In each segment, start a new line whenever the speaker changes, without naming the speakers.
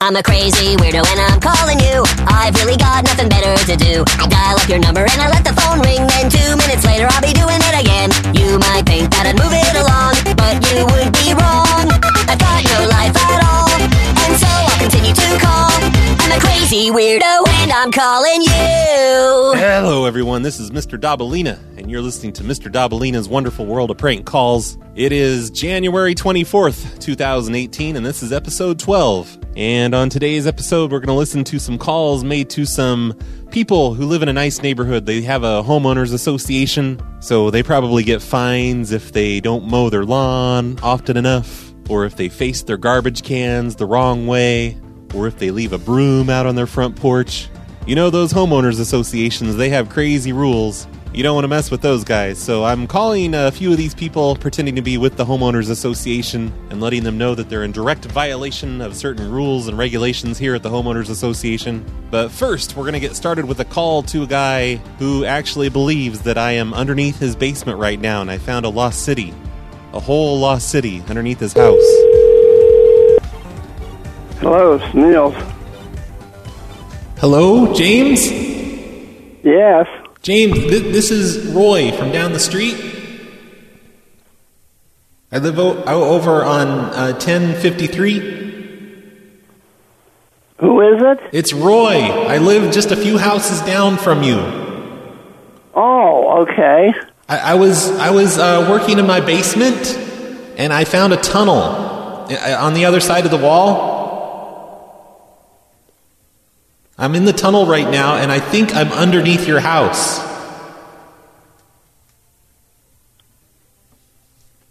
I'm a crazy weirdo and I'm calling you. I've really got nothing better to do. I dial up your number and I let the phone ring. Then two minutes later, I'll be doing it again. You might think that I'd move it along, but you would be wrong. I've got no life at all, and so I'll continue to call. I'm a crazy weirdo and I'm calling you.
Hello, everyone. This is Mr. Dabalina, and you're listening to Mr. Dabalina's Wonderful World of Prank Calls. It is January 24th, 2018, and this is episode 12. And on today's episode, we're going to listen to some calls made to some people who live in a nice neighborhood. They have a homeowners association, so they probably get fines if they don't mow their lawn often enough, or if they face their garbage cans the wrong way, or if they leave a broom out on their front porch. You know, those homeowners associations, they have crazy rules. You don't want to mess with those guys. So I'm calling a few of these people pretending to be with the homeowners association and letting them know that they're in direct violation of certain rules and regulations here at the homeowners association. But first, we're going to get started with a call to a guy who actually believes that I am underneath his basement right now and I found a lost city. A whole lost city underneath his house.
Hello, it's Niels.
Hello, James?
Yes.
James, th- this is Roy from down the street. I live o- o- over on uh, 1053.
Who is it?
It's Roy. I live just a few houses down from you.
Oh, okay.
I, I was I was uh, working in my basement, and I found a tunnel uh, on the other side of the wall. I'm in the tunnel right now, and I think I'm underneath your house.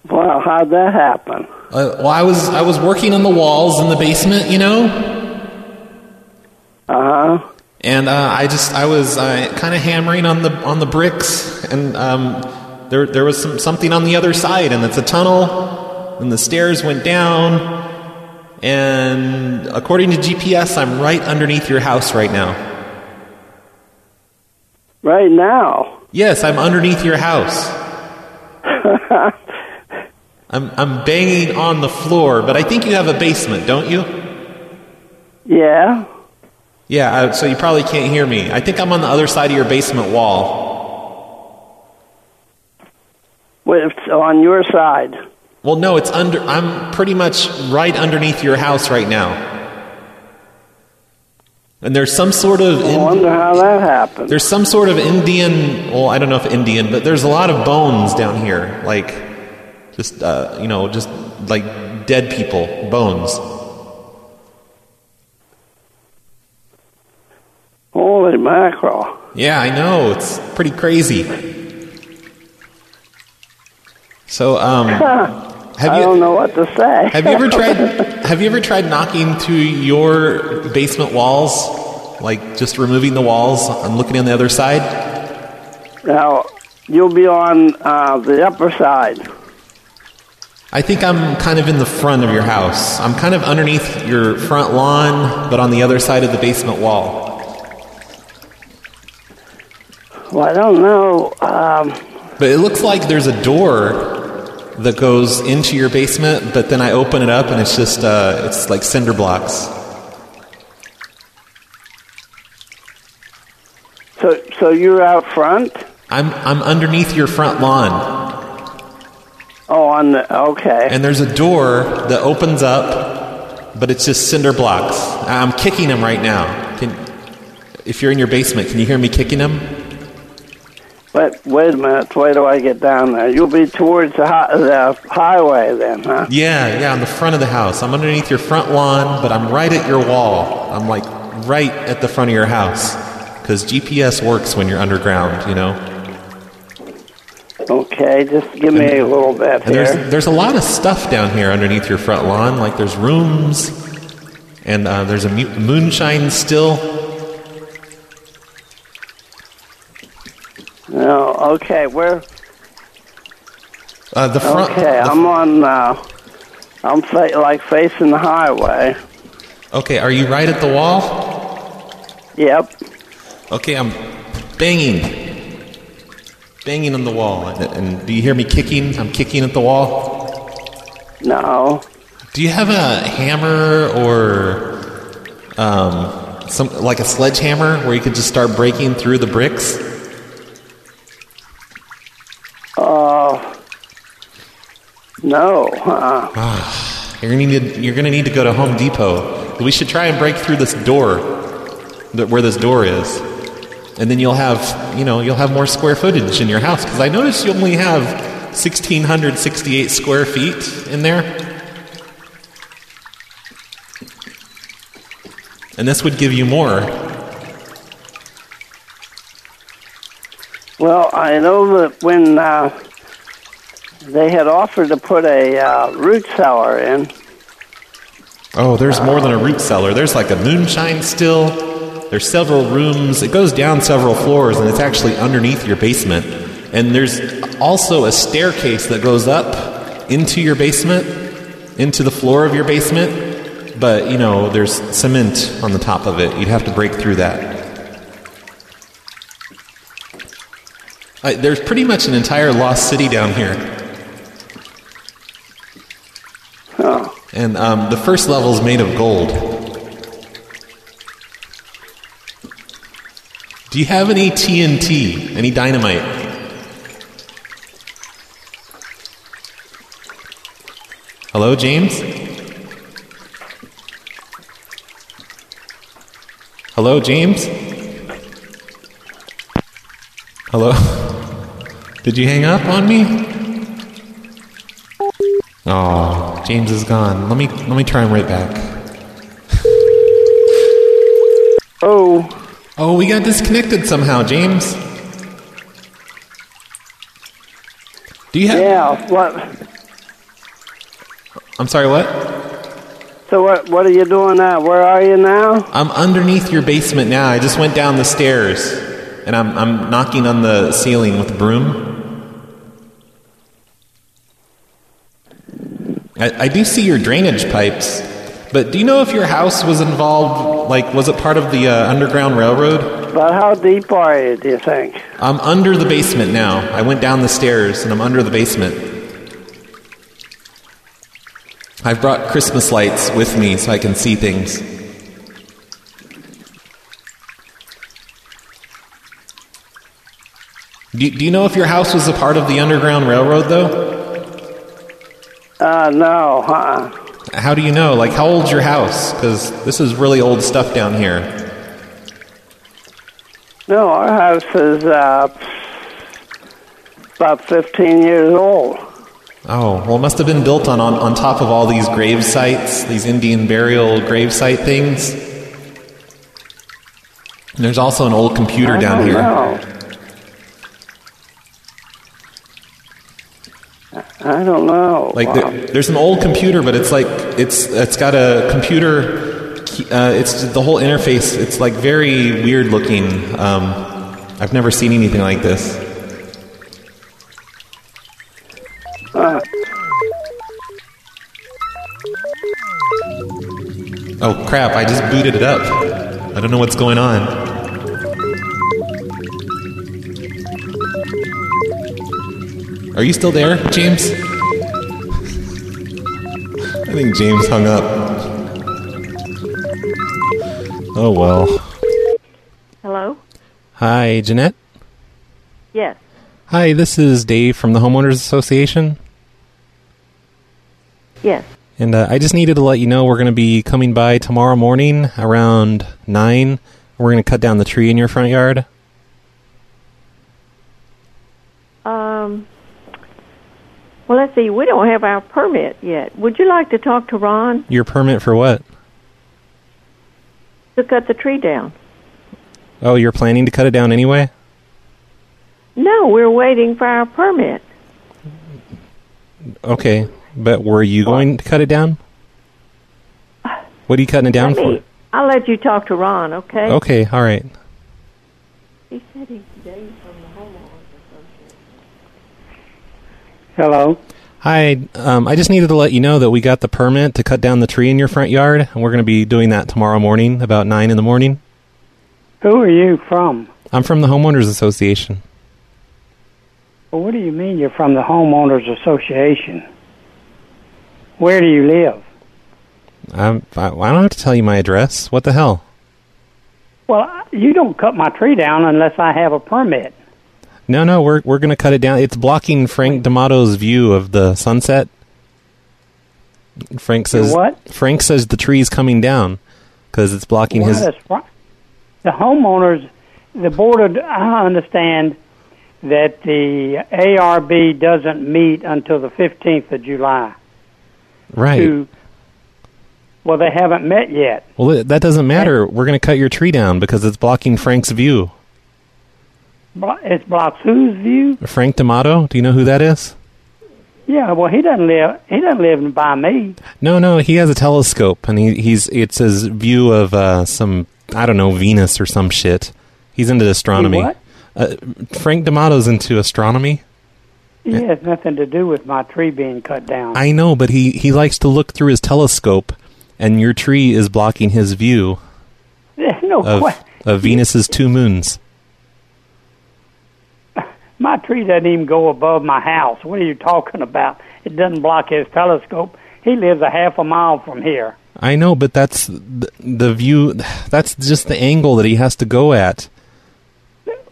Wow, how'd that happen?
Uh, well, I was I was working on the walls in the basement, you know.
Uh huh.
and uh, I just I was uh, kind of hammering on the on the bricks, and um, there there was some, something on the other side, and it's a tunnel, and the stairs went down, and according to GPS, I'm right underneath your house right now.
Right now.
Yes, I'm underneath your house. I'm I'm banging on the floor, but I think you have a basement, don't you?
Yeah.
Yeah, I, so you probably can't hear me. I think I'm on the other side of your basement wall.
Well, It's on your side.
Well, no, it's under. I'm pretty much right underneath your house right now. And there's some sort of
I
in,
wonder how that happened.
there's some sort of Indian. Well, I don't know if Indian, but there's a lot of bones down here, like just uh, you know, just like dead people bones.
Holy mackerel.
Yeah, I know. It's pretty crazy. So, um, have
I
you
Um,
don't know what to say.
Have you ever tried? have you ever tried knocking through your basement walls, like just removing the walls and looking on the other side?
now, you'll be on uh, the upper side.
I think I'm kind of in the front of your house. I'm kind of underneath your front lawn, but on the other side of the basement wall.
Well, I don't know. Um,
But it looks like there's a door that goes into your basement, but then I open it up and it's just uh, it's like cinder blocks.
so, so you're out front?
I'm I'm underneath your front lawn.
Oh, on the. Okay.
And there's a door that opens up, but it's just cinder blocks. I'm kicking them right now. Can, if you're in your basement, can you hear me kicking them?
But wait a minute. Wait till I get down there. You'll be towards the, hi- the highway then, huh?
Yeah, yeah, on the front of the house. I'm underneath your front lawn, but I'm right at your wall. I'm like right at the front of your house. Because GPS works when you're underground, you know?
Okay, just give me a little bit
And
here.
there's, there's a lot of stuff down here underneath your front lawn. Like there's rooms, and uh, there's a mu- moonshine still.
No, Oh, okay, we're
Uh, the front.
okay.
the-
I'm on. Uh, I'm fa- like facing the highway.
okay, are you right at the wall?
Yep.
Okay, I'm banging. Banging on the wall. And, and do you hear me kicking? I'm kicking at the wall.
No.
Do you have a hammer or um, some like a sledgehammer where you could just start breaking through the bricks?
Oh, no. Uh,
Ah, You're gonna need to, you're gonna need to go to Home Depot. We should try and break through this door, th- where this door is, and then you'll have you know you'll have more square footage in your house. Because I noticed you only have 1,668 square feet in there, and this would give you more.
well, I know that when uh, they had offered to put a uh, root cellar in,
Oh, there's more than a root cellar. There's like a moonshine still. There's several rooms. It goes down several floors, and it's actually underneath your basement. And there's also a staircase that goes up into your basement, into the floor of your basement. But, you know, there's cement on the top of it. You'd have to break through that. Uh, there's pretty much an entire lost city down here.
oh,
And um, the first level is made of gold. Do you have any TNT? Any dynamite? Hello, James? Hello, James? Hello? Did you hang up on me? Oh, James is gone. Let me let me try him right back.
oh,
Oh, we got disconnected somehow, James. Do you have?
yeah. What?
I'm sorry. What?
So what? What are you doing now? Where are you now?
I'm underneath your basement now. I just went down the stairs, and I'm I'm knocking on the ceiling with a broom. I, I do see your drainage pipes, but do you know if your house was involved? Like, was it part of the uh, underground railroad?
About how deep are you? Do you think?
I'm under the basement now. I went down the stairs and I'm under the basement. I've brought Christmas lights with me so I can see things. Do, do you know if your house was a part of the Underground Railroad, though?
Uh, no. Uh,
How do you know? Like, how old's your house? Because this is really old stuff down here.
no. Our house is uh, about 15 years old.
Oh, well, it must have been built on, on, on top of all these grave sites, these Indian burial grave site things. And there's also an old computer
I
down
don't
here.
know. I don't know.
Like,
Wow.
there, there's an old computer, but it's like, it's, it's got a computer, key- uh, it's the whole interface, it's like very weird looking. Um, I've never seen anything like this. Oh crap, I just booted it up. I don't know what's going on. Are you still there, James? I think James hung up. Oh well.
Hello?
Hi, Jeanette.
Yes.
Hi, this is Dave from the Homeowners Association.
Yes.
And uh, I just needed to let you know we're going to be coming by tomorrow morning around 9. We're going to cut down the tree in your front yard.
Um, well, let's see. We don't have our permit yet. Would you like to talk to Ron
Your permit for what?
to cut the tree down?
Oh, you're planning to cut it down anyway?
No, we're waiting for our permit.
Okay. But were you going to cut it down? What are you cutting it down
Let me-
for?
I'll let you talk to Ron, okay?
Okay, all right.
He said he's Dave from the
Hello.
Hi, um, I just needed to let you know that we got the permit to cut down the tree in your front yard, and we're going to be doing that tomorrow morning about 9 in the morning.
Who are you from?
I'm from the Homeowners Association.
Well, what do you mean you're from the homeowners association? Where do you live?
I'm, I, I don't have to tell you my address. What the hell?
Well, you don't cut my tree down unless I have a permit.
No, no, we're we're gonna cut it down. It's blocking Frank D'Amato's view of the sunset. Frank says
what?
Frank says the tree's coming down because it's blocking
Why
his.
does Fri- the homeowners, the board, of, I understand that the ARB doesn't meet until the 15th of July.
Right.
To, well, they haven't met yet.
Well, it- that doesn't matter. We're gonna cut your tree down because it's blocking Frank's view.
Blo- It's blocks whose view?
Frank D'Amato. Do you know who that is?
Yeah, well, he doesn't live. He doesn't live by me.
No, no, he has a telescope, and he, he's it's his view of uh, some I don't know Venus or some shit. He's into astronomy.
what?
Uh, Frank D'Amato's into astronomy.
He has nothing to do with my tree being cut down.
I know, but he he likes to look through his telescope, and your tree is blocking his view
no,
of
que-
of Venus's two moons.
my tree doesn't even go above my house. What are you talking about? It doesn't block his telescope. He lives a half a mile from here.
I know, but that's the, the view. That's just the angle that he has to go at,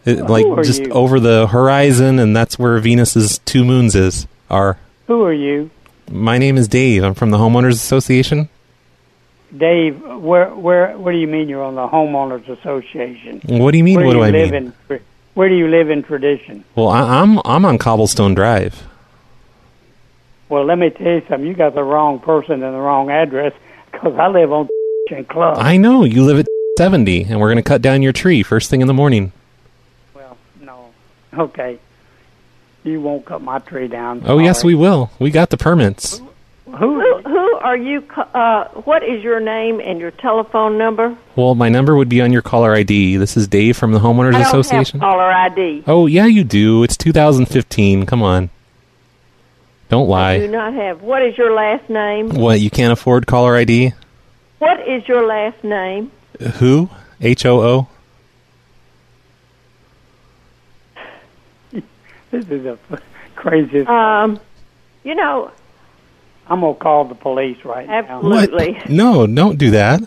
It- like
are
just
you?
over the horizon, and that's where Venus's two moons is are.
Who are you,
My name is Dave. I'm from the Homeowners Association.
Dave? Where, where? What do you mean you're on the homeowners association?
What do you mean?
Where
what
do
do
you
I
live
mean?
in? tra- Where do you live in tradition?
well, I, I'm I'm on Cobblestone Drive.
Well, let me tell you something. You got the wrong person and the wrong address because I live on and Club.
I know you live at 70, and we're going to cut down your tree first thing in the morning.
Well, no. Okay. You won't cut my tree down.
Oh yes, we will. We got the permits.
Who?
Who, who are you? ca- Uh, what is your name and your telephone number?
Well, my number would be on your caller ID. This is Dave from the Homeowners
I don't
Association.
have caller ID.
Oh yeah, you do. It's 2015. Come on, don't
Do
lie.
not have. What is your last name?
What you can't afford caller ID?
What is your last name?
Who? H O O.
This is the craziest.
Um, you know,
I'm gonna call the police right now.
What?
absolutely.
No, don't do that.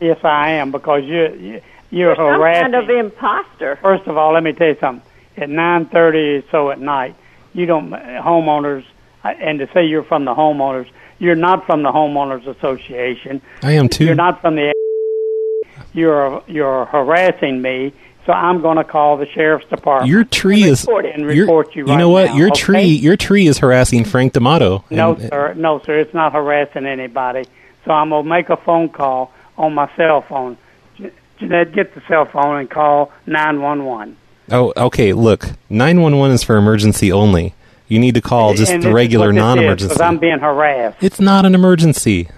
Yes, I am because you're you- you're
Some
harassing.
kind of imposter.
First of all, let me tell you something. At 9:30 or so at night, you don't uh, homeowners, uh, and to say you're from the homeowners, you're not from the homeowners association.
I am too.
You're not from the. You're you're harassing me, so I'm going to call the sheriff's department.
Your tree is.
report it and
your-
report you right
know what?
now,
your
okay?
tree. Your tree is harassing Frank D'Amato.
No,
And- uh,
sir. No, sir. It's not harassing anybody. So I'm going to make a phone call on my cell phone. Je- Jeanette, get the cell phone and call 911.
Oh, okay. Look, nine one one is for emergency only. You need to call just
And
the
this is
regular,
what this is, 'cause
non-emergency.
I'm being harassed.
It's not an emergency.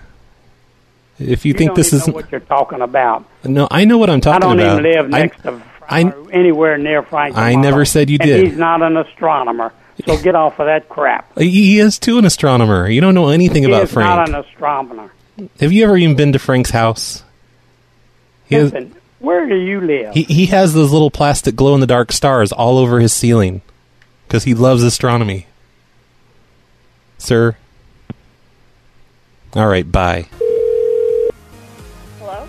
If you,
You
think
don't
this
even
is
know what you're talking about.
no, I know what I'm
I
talking
don't
about.
even live
I-
next to
I-
Frank or anywhere near Frank.
I
D'Amato.
never said you
And
did.
He's not an astronomer, so get off of that crap.
he is too an astronomer. You don't know anything
He
about
is not
Frank.
an astronomer.
Have you ever even been to Frank's house? He has,
Listen, where do you live?
he, he has those little plastic glow in the dark stars all over his ceiling because he loves astronomy. Sir. All right, bye.
Hello?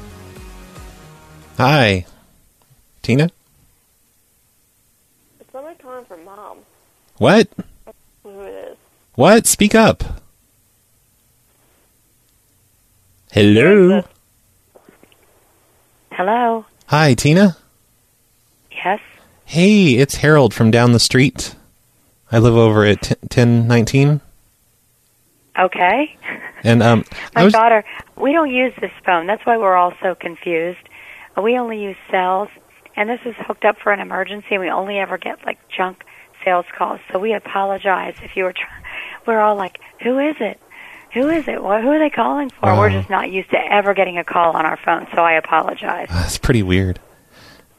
Hi. Tina?
It's somebody calling from mom.
What?
Who it is?
What? Speak up. Hello.
Hello.
Hi, Tina.
Yes.
Hey, it's Harold from down the street. I live over at 1019.
Okay.
And um I
My
was
daughter. We don't use this phone. That's why we're all so confused. We only use cells, and this is hooked up for an emergency. and We only ever get like junk sales calls. So we apologize if you were. Try- we're all like, who is it? Who is it? What, who are they calling for?
Wow.
We're just not used to ever getting a call on our phone, so I apologize.
That's pretty weird.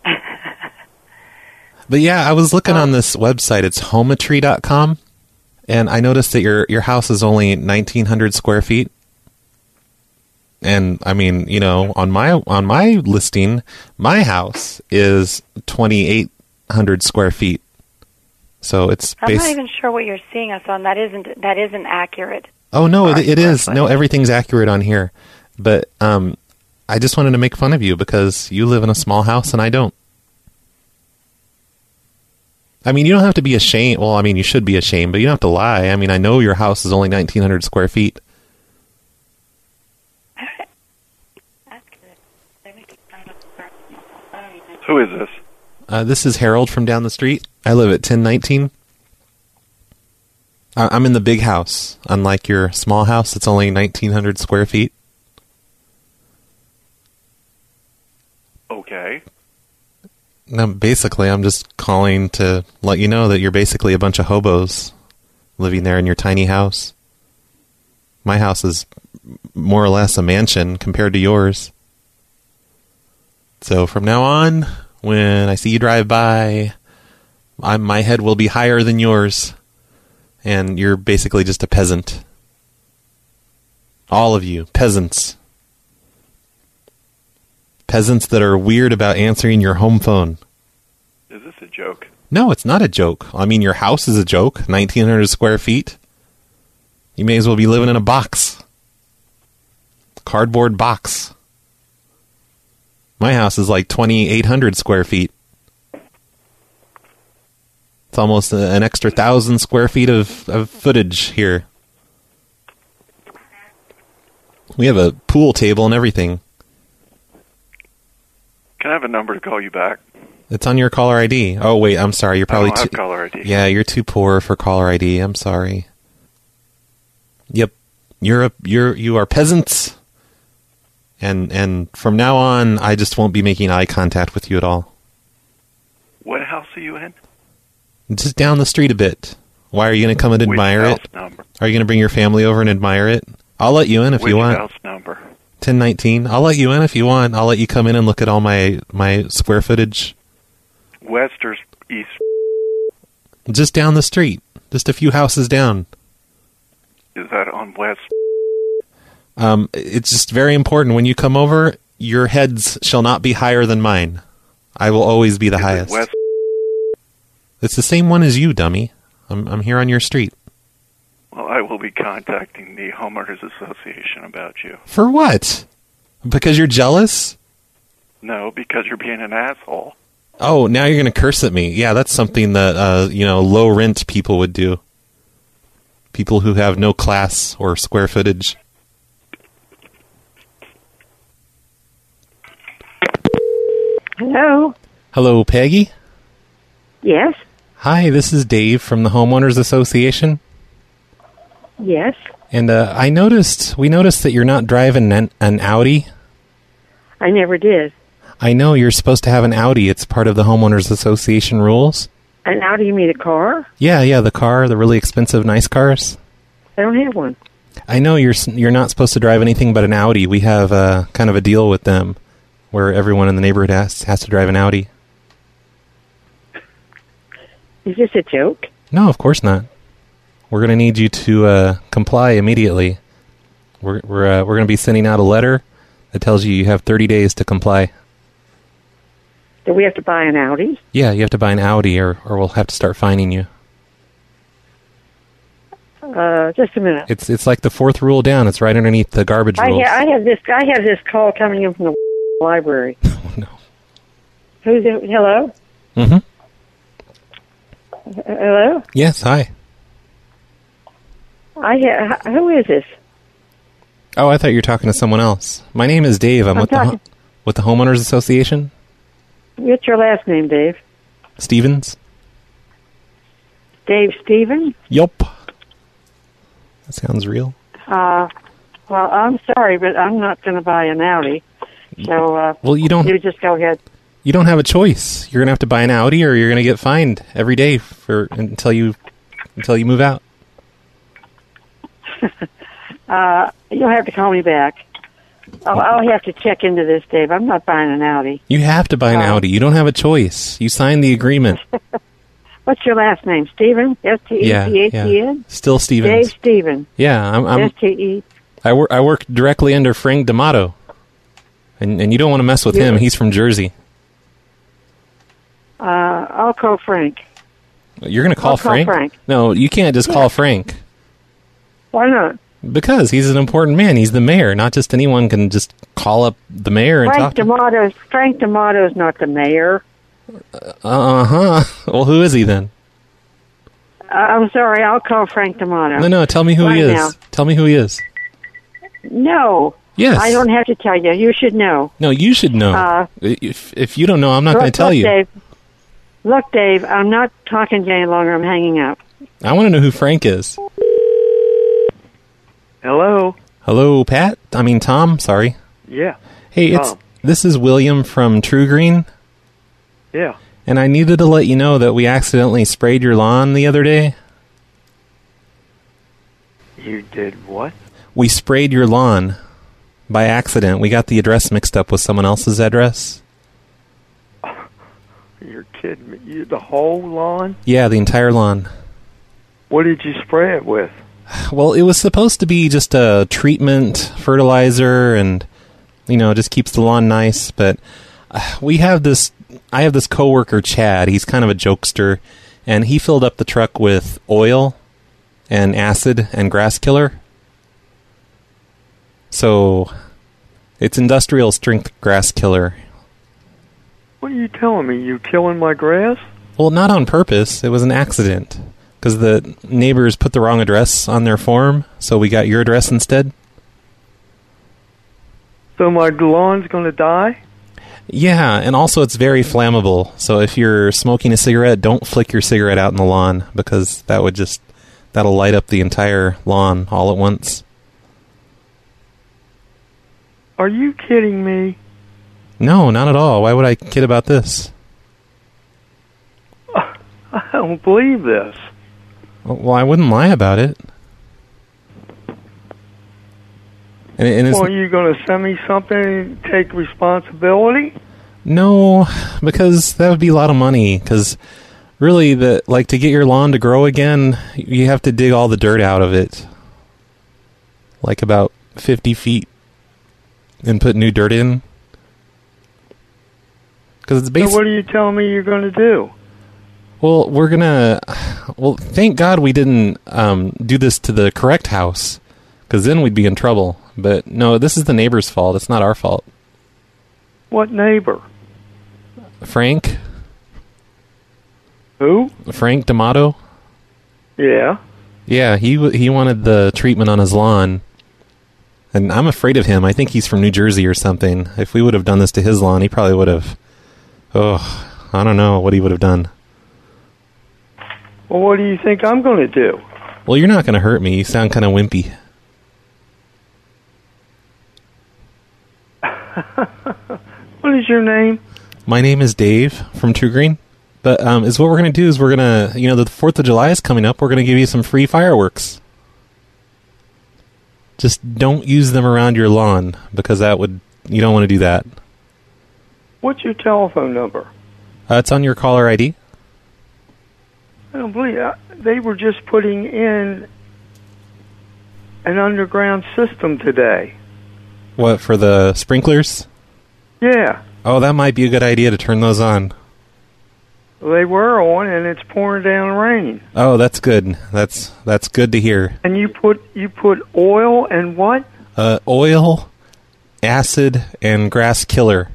but yeah, I was looking on this website. It's hometry.com. And I noticed that your, your house is only 1,900 square feet. And I mean, you know, on my on my listing, my house is 2,800 square feet. So it's
I'm
bas-
not even sure what you're seeing us on. That isn't that isn't accurate.
Oh no, it, it is. No, everything's accurate on here. But um, I just wanted to make fun of you because you live in a small house and I don't. I mean, you don't have to be ashamed. Well, I mean, you should be ashamed, but you don't have to lie. I mean, I know your house is only 1,900 square feet.
Who is this?
Uh, this is Harold from down the street. I live at 1019. I- I'm in the big house, unlike your small house that's only 1,900 square feet.
Okay.
No, basically, I'm just calling to let you know that you're basically a bunch of hobos living there in your tiny house. My house is more or less a mansion compared to yours. So from now on, when I see you drive by, I'm, my head will be higher than yours, and you're basically just a peasant. All of you, peasants. Peasants that are weird about answering your home phone.
Is this a joke?
No, it's not a joke. I mean, your house is a joke. 1,900 square feet. You may as well be living in a box. Cardboard box. My house is like 2,800 square feet. It's almost uh, an extra thousand square feet of, of footage here. We have a pool table and everything.
Can I have a number to call you back?
It's on your caller ID. Oh, wait, I'm sorry. You're probably
I don't have
too-
caller ID.
Yeah, you're too poor for caller ID. I'm sorry. Yep, you're a, you're you are peasants, and and from now on, I just won't be making eye contact with you at all.
What house are you in?
Just down the street a bit. Why are you going to come and
Which
admire
house
it?
number?
Are you going to bring your family over and admire it? I'll let you in if
Which
you want.
house number?
Ten nineteen. I'll let you in if you want. I'll let you come in and look at all my my square footage.
West or east?
Just down the street, just a few houses down.
Is that on west?
Um, it's just very important when you come over, your heads shall not be higher than mine. I will always be the
Is it
highest.
West?
It's the same one as you, dummy. I'm I'm here on your street.
Well, I will be contacting the homeowners association about you.
For what? Because you're jealous?
No, because you're being an asshole.
Oh, now you're going to curse at me. Yeah, that's something that uh, you know, low rent people would do. People who have no class or square footage.
Hello.
Hello, Peggy.
Yes.
Hi, this is Dave from the Homeowners Association.
Yes.
And uh, I noticed we noticed that you're not driving an, an Audi.
I never did.
I know you're supposed to have an Audi. It's part of the homeowners association rules.
And how do you mean a car?
Yeah, yeah, the car, the really expensive, nice cars.
I don't have one.
I know you're s- you're not supposed to drive anything but an Audi. We have uh, kind of a deal with them, where everyone in the neighborhood has has to drive an Audi.
Is this a joke?
No, of course not. We're going to need you to uh, comply immediately. We're we're uh, we're going to be sending out a letter that tells you you have 30 days to comply.
Do we have to buy an Audi?
Yeah, you have to buy an Audi, or or we'll have to start fining you.
Uh, just a minute.
It's it's like the fourth rule down. It's right underneath the garbage
I,
rules.
ha- I have this. I have this call coming in from the library.
Oh, no.
Who's it? Hello.
Mhm.
Uh, Hello.
Yes, hi.
I ha- h- Uh, who is this?
Oh, I thought you were talking to someone else. My name is Dave. I'm,
I'm
with the
talking-
with the homeowners association.
What's your last name, Dave?
Stevens.
Dave Stephen.
Yup. That sounds real.
Uh, well, I'm sorry, but I'm not going to buy an Audi. So uh,
Well, you don't
you just go ahead.
you don't have a choice. You're gonna have to buy an Audi, or you're gonna get fined every day for until you until you move out.
You'll have to call me back. I'll, I'll have to check into this, Dave. I'm not buying an Audi.
You have to buy
Uh,
an Audi. You don't have a choice. You signed the agreement.
What's your last name? Stephen. S T E
yeah,
P H E
yeah.
N.
Still Stevens.
Dave Stephen.
Yeah, I'm. I'm
S T E.
I work. I work directly under Frank D'Amato, and and you don't want to mess with him.
Yeah.
He's from Jersey.
Uh, I'll call Frank.
You're gonna call,
I'll call Frank.
No, you can't just call Frank.
Why not?
Because he's an important man. He's the mayor. Not just anyone can just call up the mayor and
Frank
talk to
D'Amato's Frank D'Amato's not the mayor.
Uh huh. Well, who is he then?
Uh, I'm sorry, I'll call Frank D'Amato.
No, no. Tell me who he
Right
is.
now.
Tell me who he is.
No.
Yes.
I don't have to tell you. You should know.
No, you should know.
Uh,
if if you don't know, I'm not going to
Look-
tell
look,
you.
Dave, look, Dave, I'm not talking to you any longer. I'm hanging up.
I want to know who Frank is.
Hello.
Hello, Pat. I mean Tom. Sorry.
Yeah.
Hey, it's
Oh.
Tom.
this is William from True Green,
Yeah.
and I needed to let you know that we accidentally sprayed your lawn the other day.
You did what?
We sprayed your lawn by accident. We got the address mixed up with someone else's address.
You're kidding me. You, the whole lawn?
Yeah, the entire lawn.
What did you spray it with?
Well, it was supposed to be just a treatment fertilizer and you know, just keeps the lawn nice, but uh, we have this I have this coworker Chad. He's kind of a jokester and he filled up the truck with oil and acid and grass killer. So it's industrial strength grass killer.
What are you telling me? You killing my grass?
Well, not on purpose. It was an accident because the neighbors put the wrong address on their form, so we got your address instead.
So my lawn's going to die?
Yeah, and also it's very flammable. So if you're smoking a cigarette, don't flick your cigarette out in the lawn because that would just that'll light up the entire lawn all at once.
Are you kidding me?
No, not at all. Why would I kid about this?
I don't believe this.
Well, I wouldn't lie about it. And, and it's
Well, are you going to send me something and take responsibility?
No, because that would be a lot of money. Because really, the like to get your lawn to grow again, you have to dig all the dirt out of it, like about fifty feet, and put new dirt in. Because it's
So
basically
what are you telling me you're going to do?
well, we're gonna. Well, thank God we didn't um, do this to the correct house, because then we'd be in trouble. But no, this is the neighbor's fault. It's not our fault,
What neighbor?
Frank.
Who?
Frank D'Amato.
Yeah.
Yeah, he w- he wanted the treatment on his lawn, and I'm afraid of him. I think he's from New Jersey or something. If we would have done this to his lawn, he probably would have. Oh, I don't know what he would have done.
Well, what do you think I'm going to do?
Well, you're not going to hurt me. You sound kind of wimpy.
What is your name?
My name is Dave from True Green, but um, is what we're going to do is we're going to you know the Fourth of July is coming up. We're going to give you some free fireworks. Just don't use them around your lawn because that would you don't want to do that.
What's your telephone number?
Uh, it's on your caller ID.
I don't believe I, they were just putting in an underground system today.
What for the sprinklers?
Yeah,
Oh, that might be a good idea to turn those on.
they were on, and it's pouring down rain.
Oh, that's good. That's that's good to hear.
And you put you put oil and what?
Uh, oil, acid, and grass killer.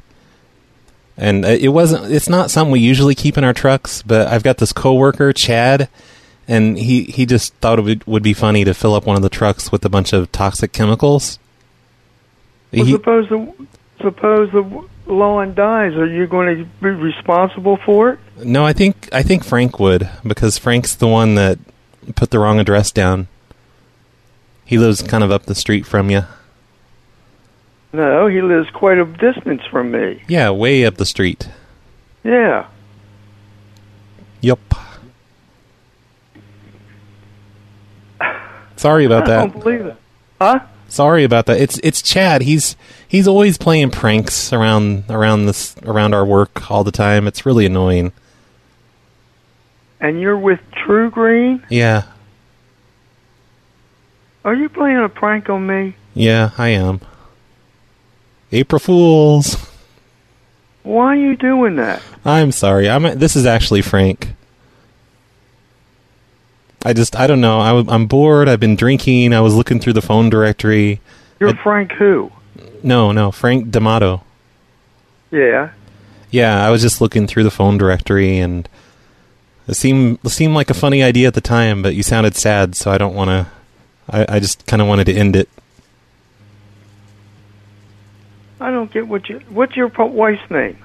And uh, it wasn't. It's not something we usually keep in our trucks. But I've got this coworker, Chad, and he he just thought it would, would be funny to fill up one of the trucks with a bunch of toxic chemicals.
Well,
He-
suppose the suppose the lawn dies. Are you going to be responsible for it?
no, I think I think Frank would because Frank's the one that put the wrong address down. He lives kind of up the street from you.
No, he lives quite a distance from me.
Yeah, way up the street.
Yeah.
Yep. Sorry about
I don't
that.
believe it. Huh?
Sorry about that. It's it's Chad. He's he's always playing pranks around around this around our work all the time. It's really annoying.
And you're with True Green?
Yeah.
Are you playing a prank on me?
Yeah, I am. April Fools.
Why are you doing that?
I'm sorry. I'm this is actually Frank. I just I don't know. I, w- I'm bored. I've been drinking. I was looking through the phone directory.
You're Frank who?
No, no, Frank D'Amato.
Yeah.
Yeah, I was just looking through the phone directory, and it seemed it seemed like a funny idea at the time, but you sounded sad, so I don't want to. I, I just kind of wanted to end it.
I don't get what you. What's your po- wife's name?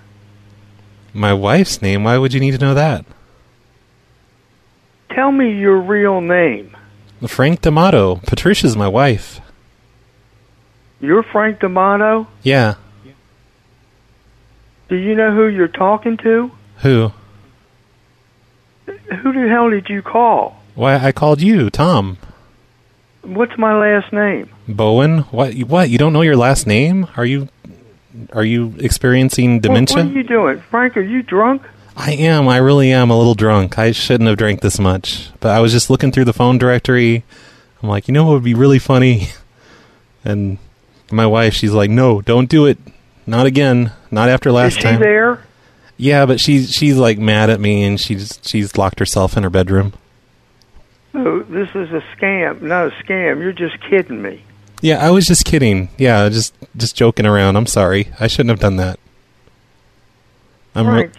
My wife's name. Why would you need to know that?
Tell me your real name.
Frank D'Amato. Patricia's my wife.
You're Frank D'Amato.
Yeah.
Do you know who you're talking to?
Who?
Who the hell did you call?
Why I called you, Tom
What's my last name?
Bowen. What? you- What? You don't know your last name? Are you? Are you experiencing dementia?
What, what are you doing, Frank? Are you drunk?
I am. I really am a little drunk. I shouldn't have drank this much, but I was just looking through the phone directory. I'm like, you know what would be really funny? And my wife, she's like, no, don't do it. Not again. Not after last
Is she
time.
there?
Yeah, but she's she's like mad at me, and she's she's locked herself in her bedroom.
No, Oh, this is a scam. No scam. You're just kidding me.
Yeah, I was just kidding. Yeah, just just joking around. I'm sorry. I shouldn't have done that. I'm re-
Frank,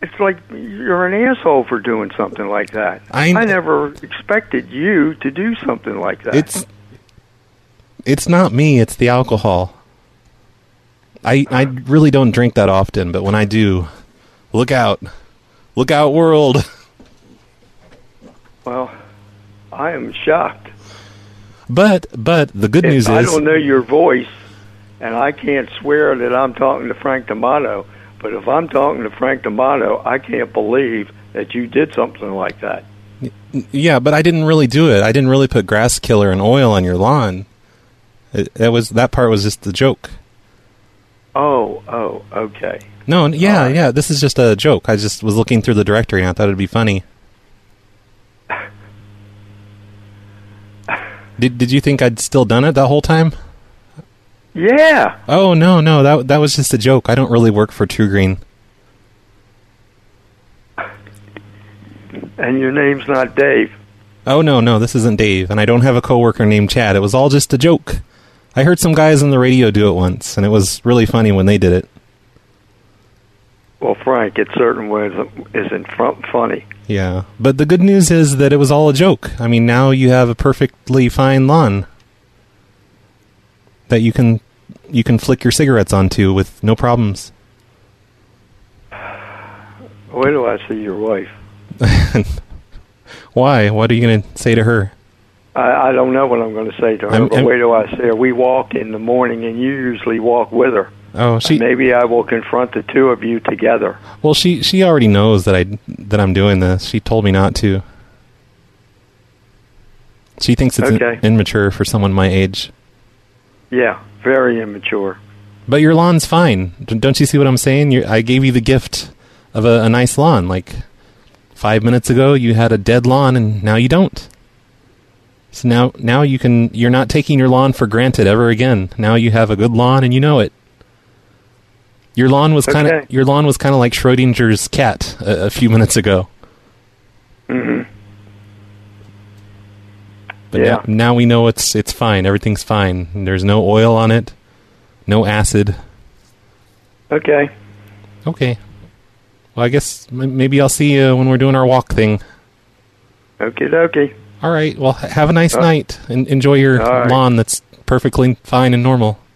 it's like you're an asshole for doing something like that.
I-
never expected you to do something like that.
It's it's not me. It's the alcohol. I I really don't drink that often, but when I do, look out, look out, world.
well, I am shocked.
But but the good
If
news
I
is
don't know your voice, and I can't swear that I'm talking to Frank D'Amato. But if I'm talking to Frank D'Amato, I can't believe that you did something like that.
yeah, but I didn't really do it. I didn't really put grass killer and oil on your lawn. It, that was that part was just the joke.
Oh, oh, okay.
No, n-
Uh,
yeah, yeah. This is just a joke. I just was looking through the directory and I thought it'd be funny. Did Did you think I'd still done it that whole time?
Yeah.
Oh no, no, that that was just a joke. I don't really work for True Green.
And your name's not Dave.
Oh no, no, this isn't Dave, and I don't have a coworker named Chad. It was all just a joke. I heard some guys on the radio do it once, and it was really funny when they did it.
Well, Frank, it certain was isn't fun- funny.
Yeah, but the good news is that it was all a joke. I mean, now you have a perfectly fine lawn that you can you can flick your cigarettes onto with no problems.
Where do I see your wife?
Why? What are you going to say to her?
I, I don't know what I'm going to say to her,
I'm-
but
I'm-
wait till I see her. We walk in the morning, and you usually walk with her.
Oh, she
Maybe I will confront the two of you together.
Well, she she already knows that I that I'm doing this. She told me not to. She thinks it's in-
Okay.
immature for someone my age.
Yeah, very immature.
But your lawn's fine. D- don't you see what I'm saying? you I gave you the gift of a, a nice lawn. Like five minutes ago, you had a dead lawn, and now you don't. So now now you can you're not taking your lawn for granted ever again. Now you have a good lawn, and you know it. Your lawn was kind of
Okay.
your lawn was kind of like Schrodinger's cat a, a few minutes ago.
hmm
But
Yeah.
now, now we know it's it's fine. Everything's fine. There's no oil on it, no acid.
Okay.
Okay. Well, I guess m- maybe I'll see you when we're doing our walk thing.
Okie dokie.
All right. Well, h- have a nice
Uh,
night and enjoy your
all right.
lawn that's perfectly fine and normal.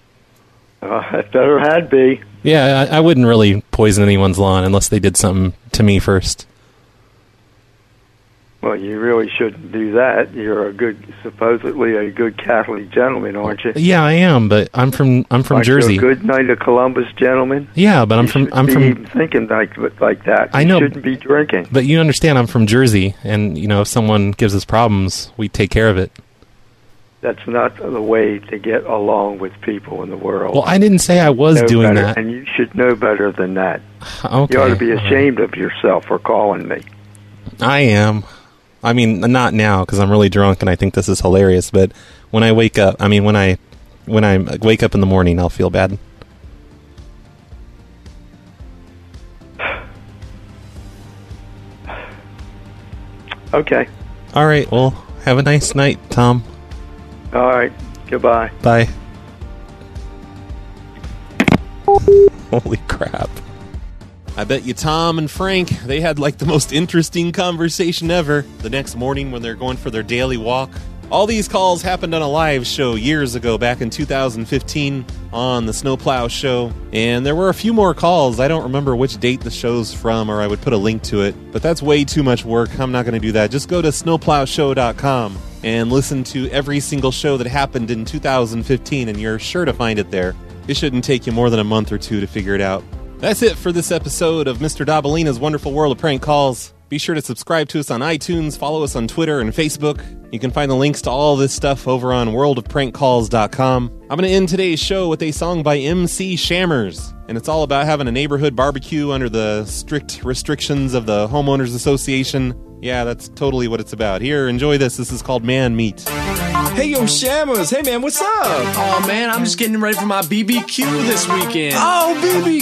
Uh, it better had be.
Yeah, I, I wouldn't really poison anyone's lawn unless they did something to me first.
Well, you really shouldn't do that. You're a good, supposedly a good Catholic gentleman, aren't you?
Yeah, I am, but I'm from I'm from
Aren't you
Jersey.
a good Knight of Columbus gentleman.
Yeah, but I'm
You
from
shouldn't
I'm
be
from
even thinking like like that.
I
You
know.
shouldn't be drinking.
But you understand I'm from Jersey and you know if someone gives us problems, we take care of it.
That's not the way to get along with people in the world.
Well, I didn't say I was
Know
doing
better,
that.
and you should know better than that.
Uh, Okay.
You ought to be
all right.
ashamed of yourself for calling me.
I am. I mean, not now because I'm really drunk and I think this is hilarious. But when I wake up, I mean, when I when I wake up in the morning, I'll feel bad.
Okay.
All right. Well, have a nice night, Tom.
All right. Goodbye.
Bye. Holy crap.
I bet you Tom and Frank, they had like the most interesting conversation ever the next morning when they're going for their daily walk. All these calls happened on a live show years ago, back in 2015, on the Snowplow Show. And there were a few more calls. I don't remember which date the show's from, or I would put a link to it. But that's way too much work. I'm not going to do that. Just go to snowplowshow.com and listen to every single show that happened in 2015, and you're sure to find it there. It shouldn't take you more than a month or two to figure it out. That's it for this episode of Mr. Dabalina's Wonderful World of Prank Calls. Be sure to subscribe to us on iTunes, follow us on Twitter and Facebook. You can find the links to all this stuff over on worldofprankcalls.com. I'm going to end today's show with a song by MC Shammers, and it's all about having a neighborhood barbecue under the strict restrictions of the Homeowners Association. Yeah, that's totally what it's about. Here, enjoy this. This is called Man Meat.
Hey, yo, Shammers. Hey, man, what's up? Oh, man, I'm just getting ready for my BBQ this weekend.
Oh,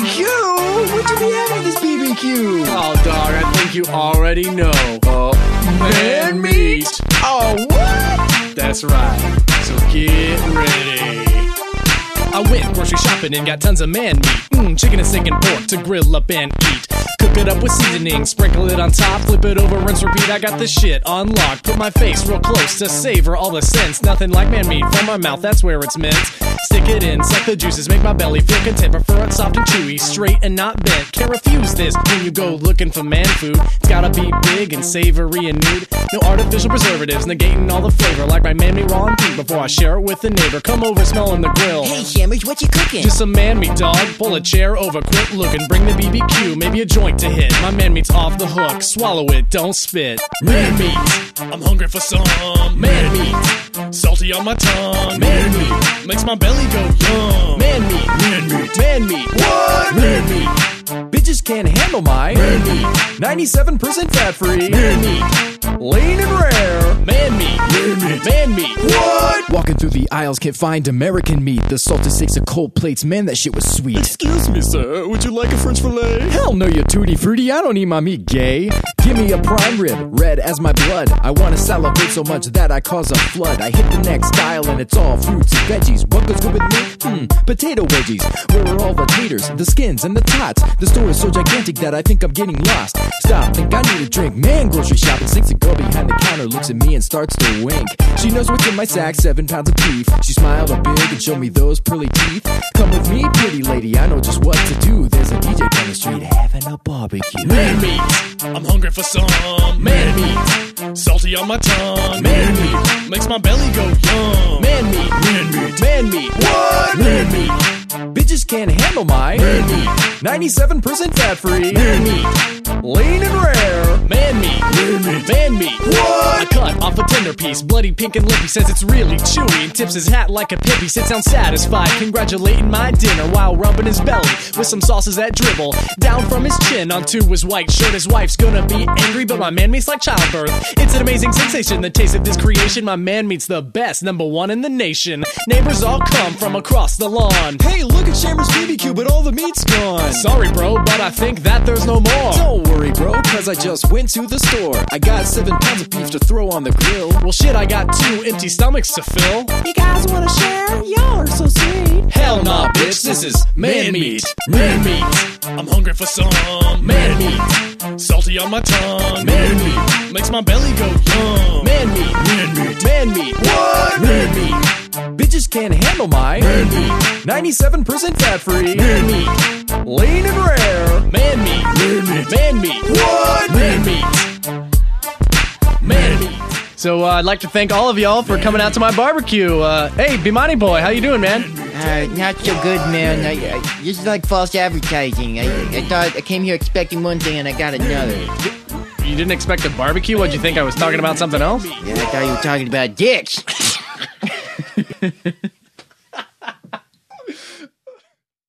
BBQ? What do we have at this BBQ?
Oh, dog, I think you already know. Oh, man meat.
Oh, what?
That's right. So get ready.
I went grocery shopping and got tons of man meat. Mmm, chicken and steak and pork to grill up and eat. Cook it up with seasoning, sprinkle it on top, flip it over, rinse, repeat. I got this shit on lock. Put my face real close to savor all the scents. Nothing like man meat from my mouth, that's where it's meant. Stick it in, suck the juices, make my belly feel content. Prefer it soft and chewy, straight and not bent. Can't refuse this when you go looking for man food. It's gotta be big and savory and nude. No artificial preservatives, negating all the flavor. Like my man meat raw and pink before I share it with a neighbor. Come over, smell on the grill.
Hey, Shammers, what you cooking?
Just some man meat, dog. Pull a chair over, quit looking. Bring the BBQ, maybe a joint to hit. My man meat's off the hook. Swallow it, don't spit. Man meat, I'm hungry for some. Man meat, salty on my tongue. Man meat, makes my belly go yum. Man meat, man meat, man meat.
What?
Man meat,
Bitches can't handle my
man meat,
97% fat free.
man meat,
Lean and rare.
man meat, man meat, man meat.
What?
Walking through the aisles, can't find American meat. The salted steaks and cold plates, man, that shit was sweet.
Excuse me, sir. Would you like a French fillet?
Hell no, you tutti frutti, I don't eat my meat gay. Give me a prime rib, red as my blood. I wanna salivate so much that I cause a flood. I hit the next aisle and it's all fruits and veggies. What goes good with me? Hmm, potato wedgies. Where are all the taters, the skins, and the tots? The store is so gigantic that I think I'm getting lost. Stop, think I need a drink. Man, grocery shopping. Sinks a girl behind the counter, looks at me and starts to wink. She knows what's in my sack, seven pounds of beef. She smiled up big and showed me those pearly teeth. Come with me, pretty lady, I know just what to do. There's a DJ down the street having a barbecue.
Man meat, I'm hungry for some. Man meat, salty on my tongue. Man meat, makes my belly go yum. Man meat, man meat, man meat.
What?
Man meat,
Bitches can't handle my
Man meat.
97% fat free.
Man meat.
Lean and rare.
Man meat, man meat, man meat.
What?
I cut off a tender piece, bloody pink and lippy. Says it's really chewy and tips his hat like a pippy. Sits down satisfied, congratulating my dinner while rubbing his belly with some sauces that dribble down from his chin onto his white shirt. His wife's gonna be angry, but my man meat's like childbirth. It's an amazing sensation, the taste of this creation. My man meat's the best, number one in the nation. Neighbors all come from across the lawn.
Hey, look at Shamer's BBQ, but all the meat's gone.
Sorry, bro, but I think that there's no more.
Don't worry, bro, cause I just went to the store. I got seven pounds of beef to throw on the grill.
Well, shit, I got two empty stomachs to fill.
You guys wanna share? Y'all are so sweet.
Hell nah, bitch, this is man meat. Man meat, I'm hungry for some. Man meat, salty on my tongue. Man meat, makes my belly go yum. Man meat, man meat, man meat.
What?
Man meat,
Bitches can't handle my
man meat,
97% fat free.
man meat,
Lean and rare.
man meat, man meat, man meat.
What?
Man meat, man meat. So uh, I'd like to thank all of y'all for coming out to my barbecue. Uh, hey, Bimani boy, how you doing, man?
Uh, not so good, man. I, I, this is like false advertising. I, I thought I came here expecting one thing and I got another.
You didn't expect a barbecue? What'd you think I was talking about something else?
Yeah, I thought you were talking about dicks.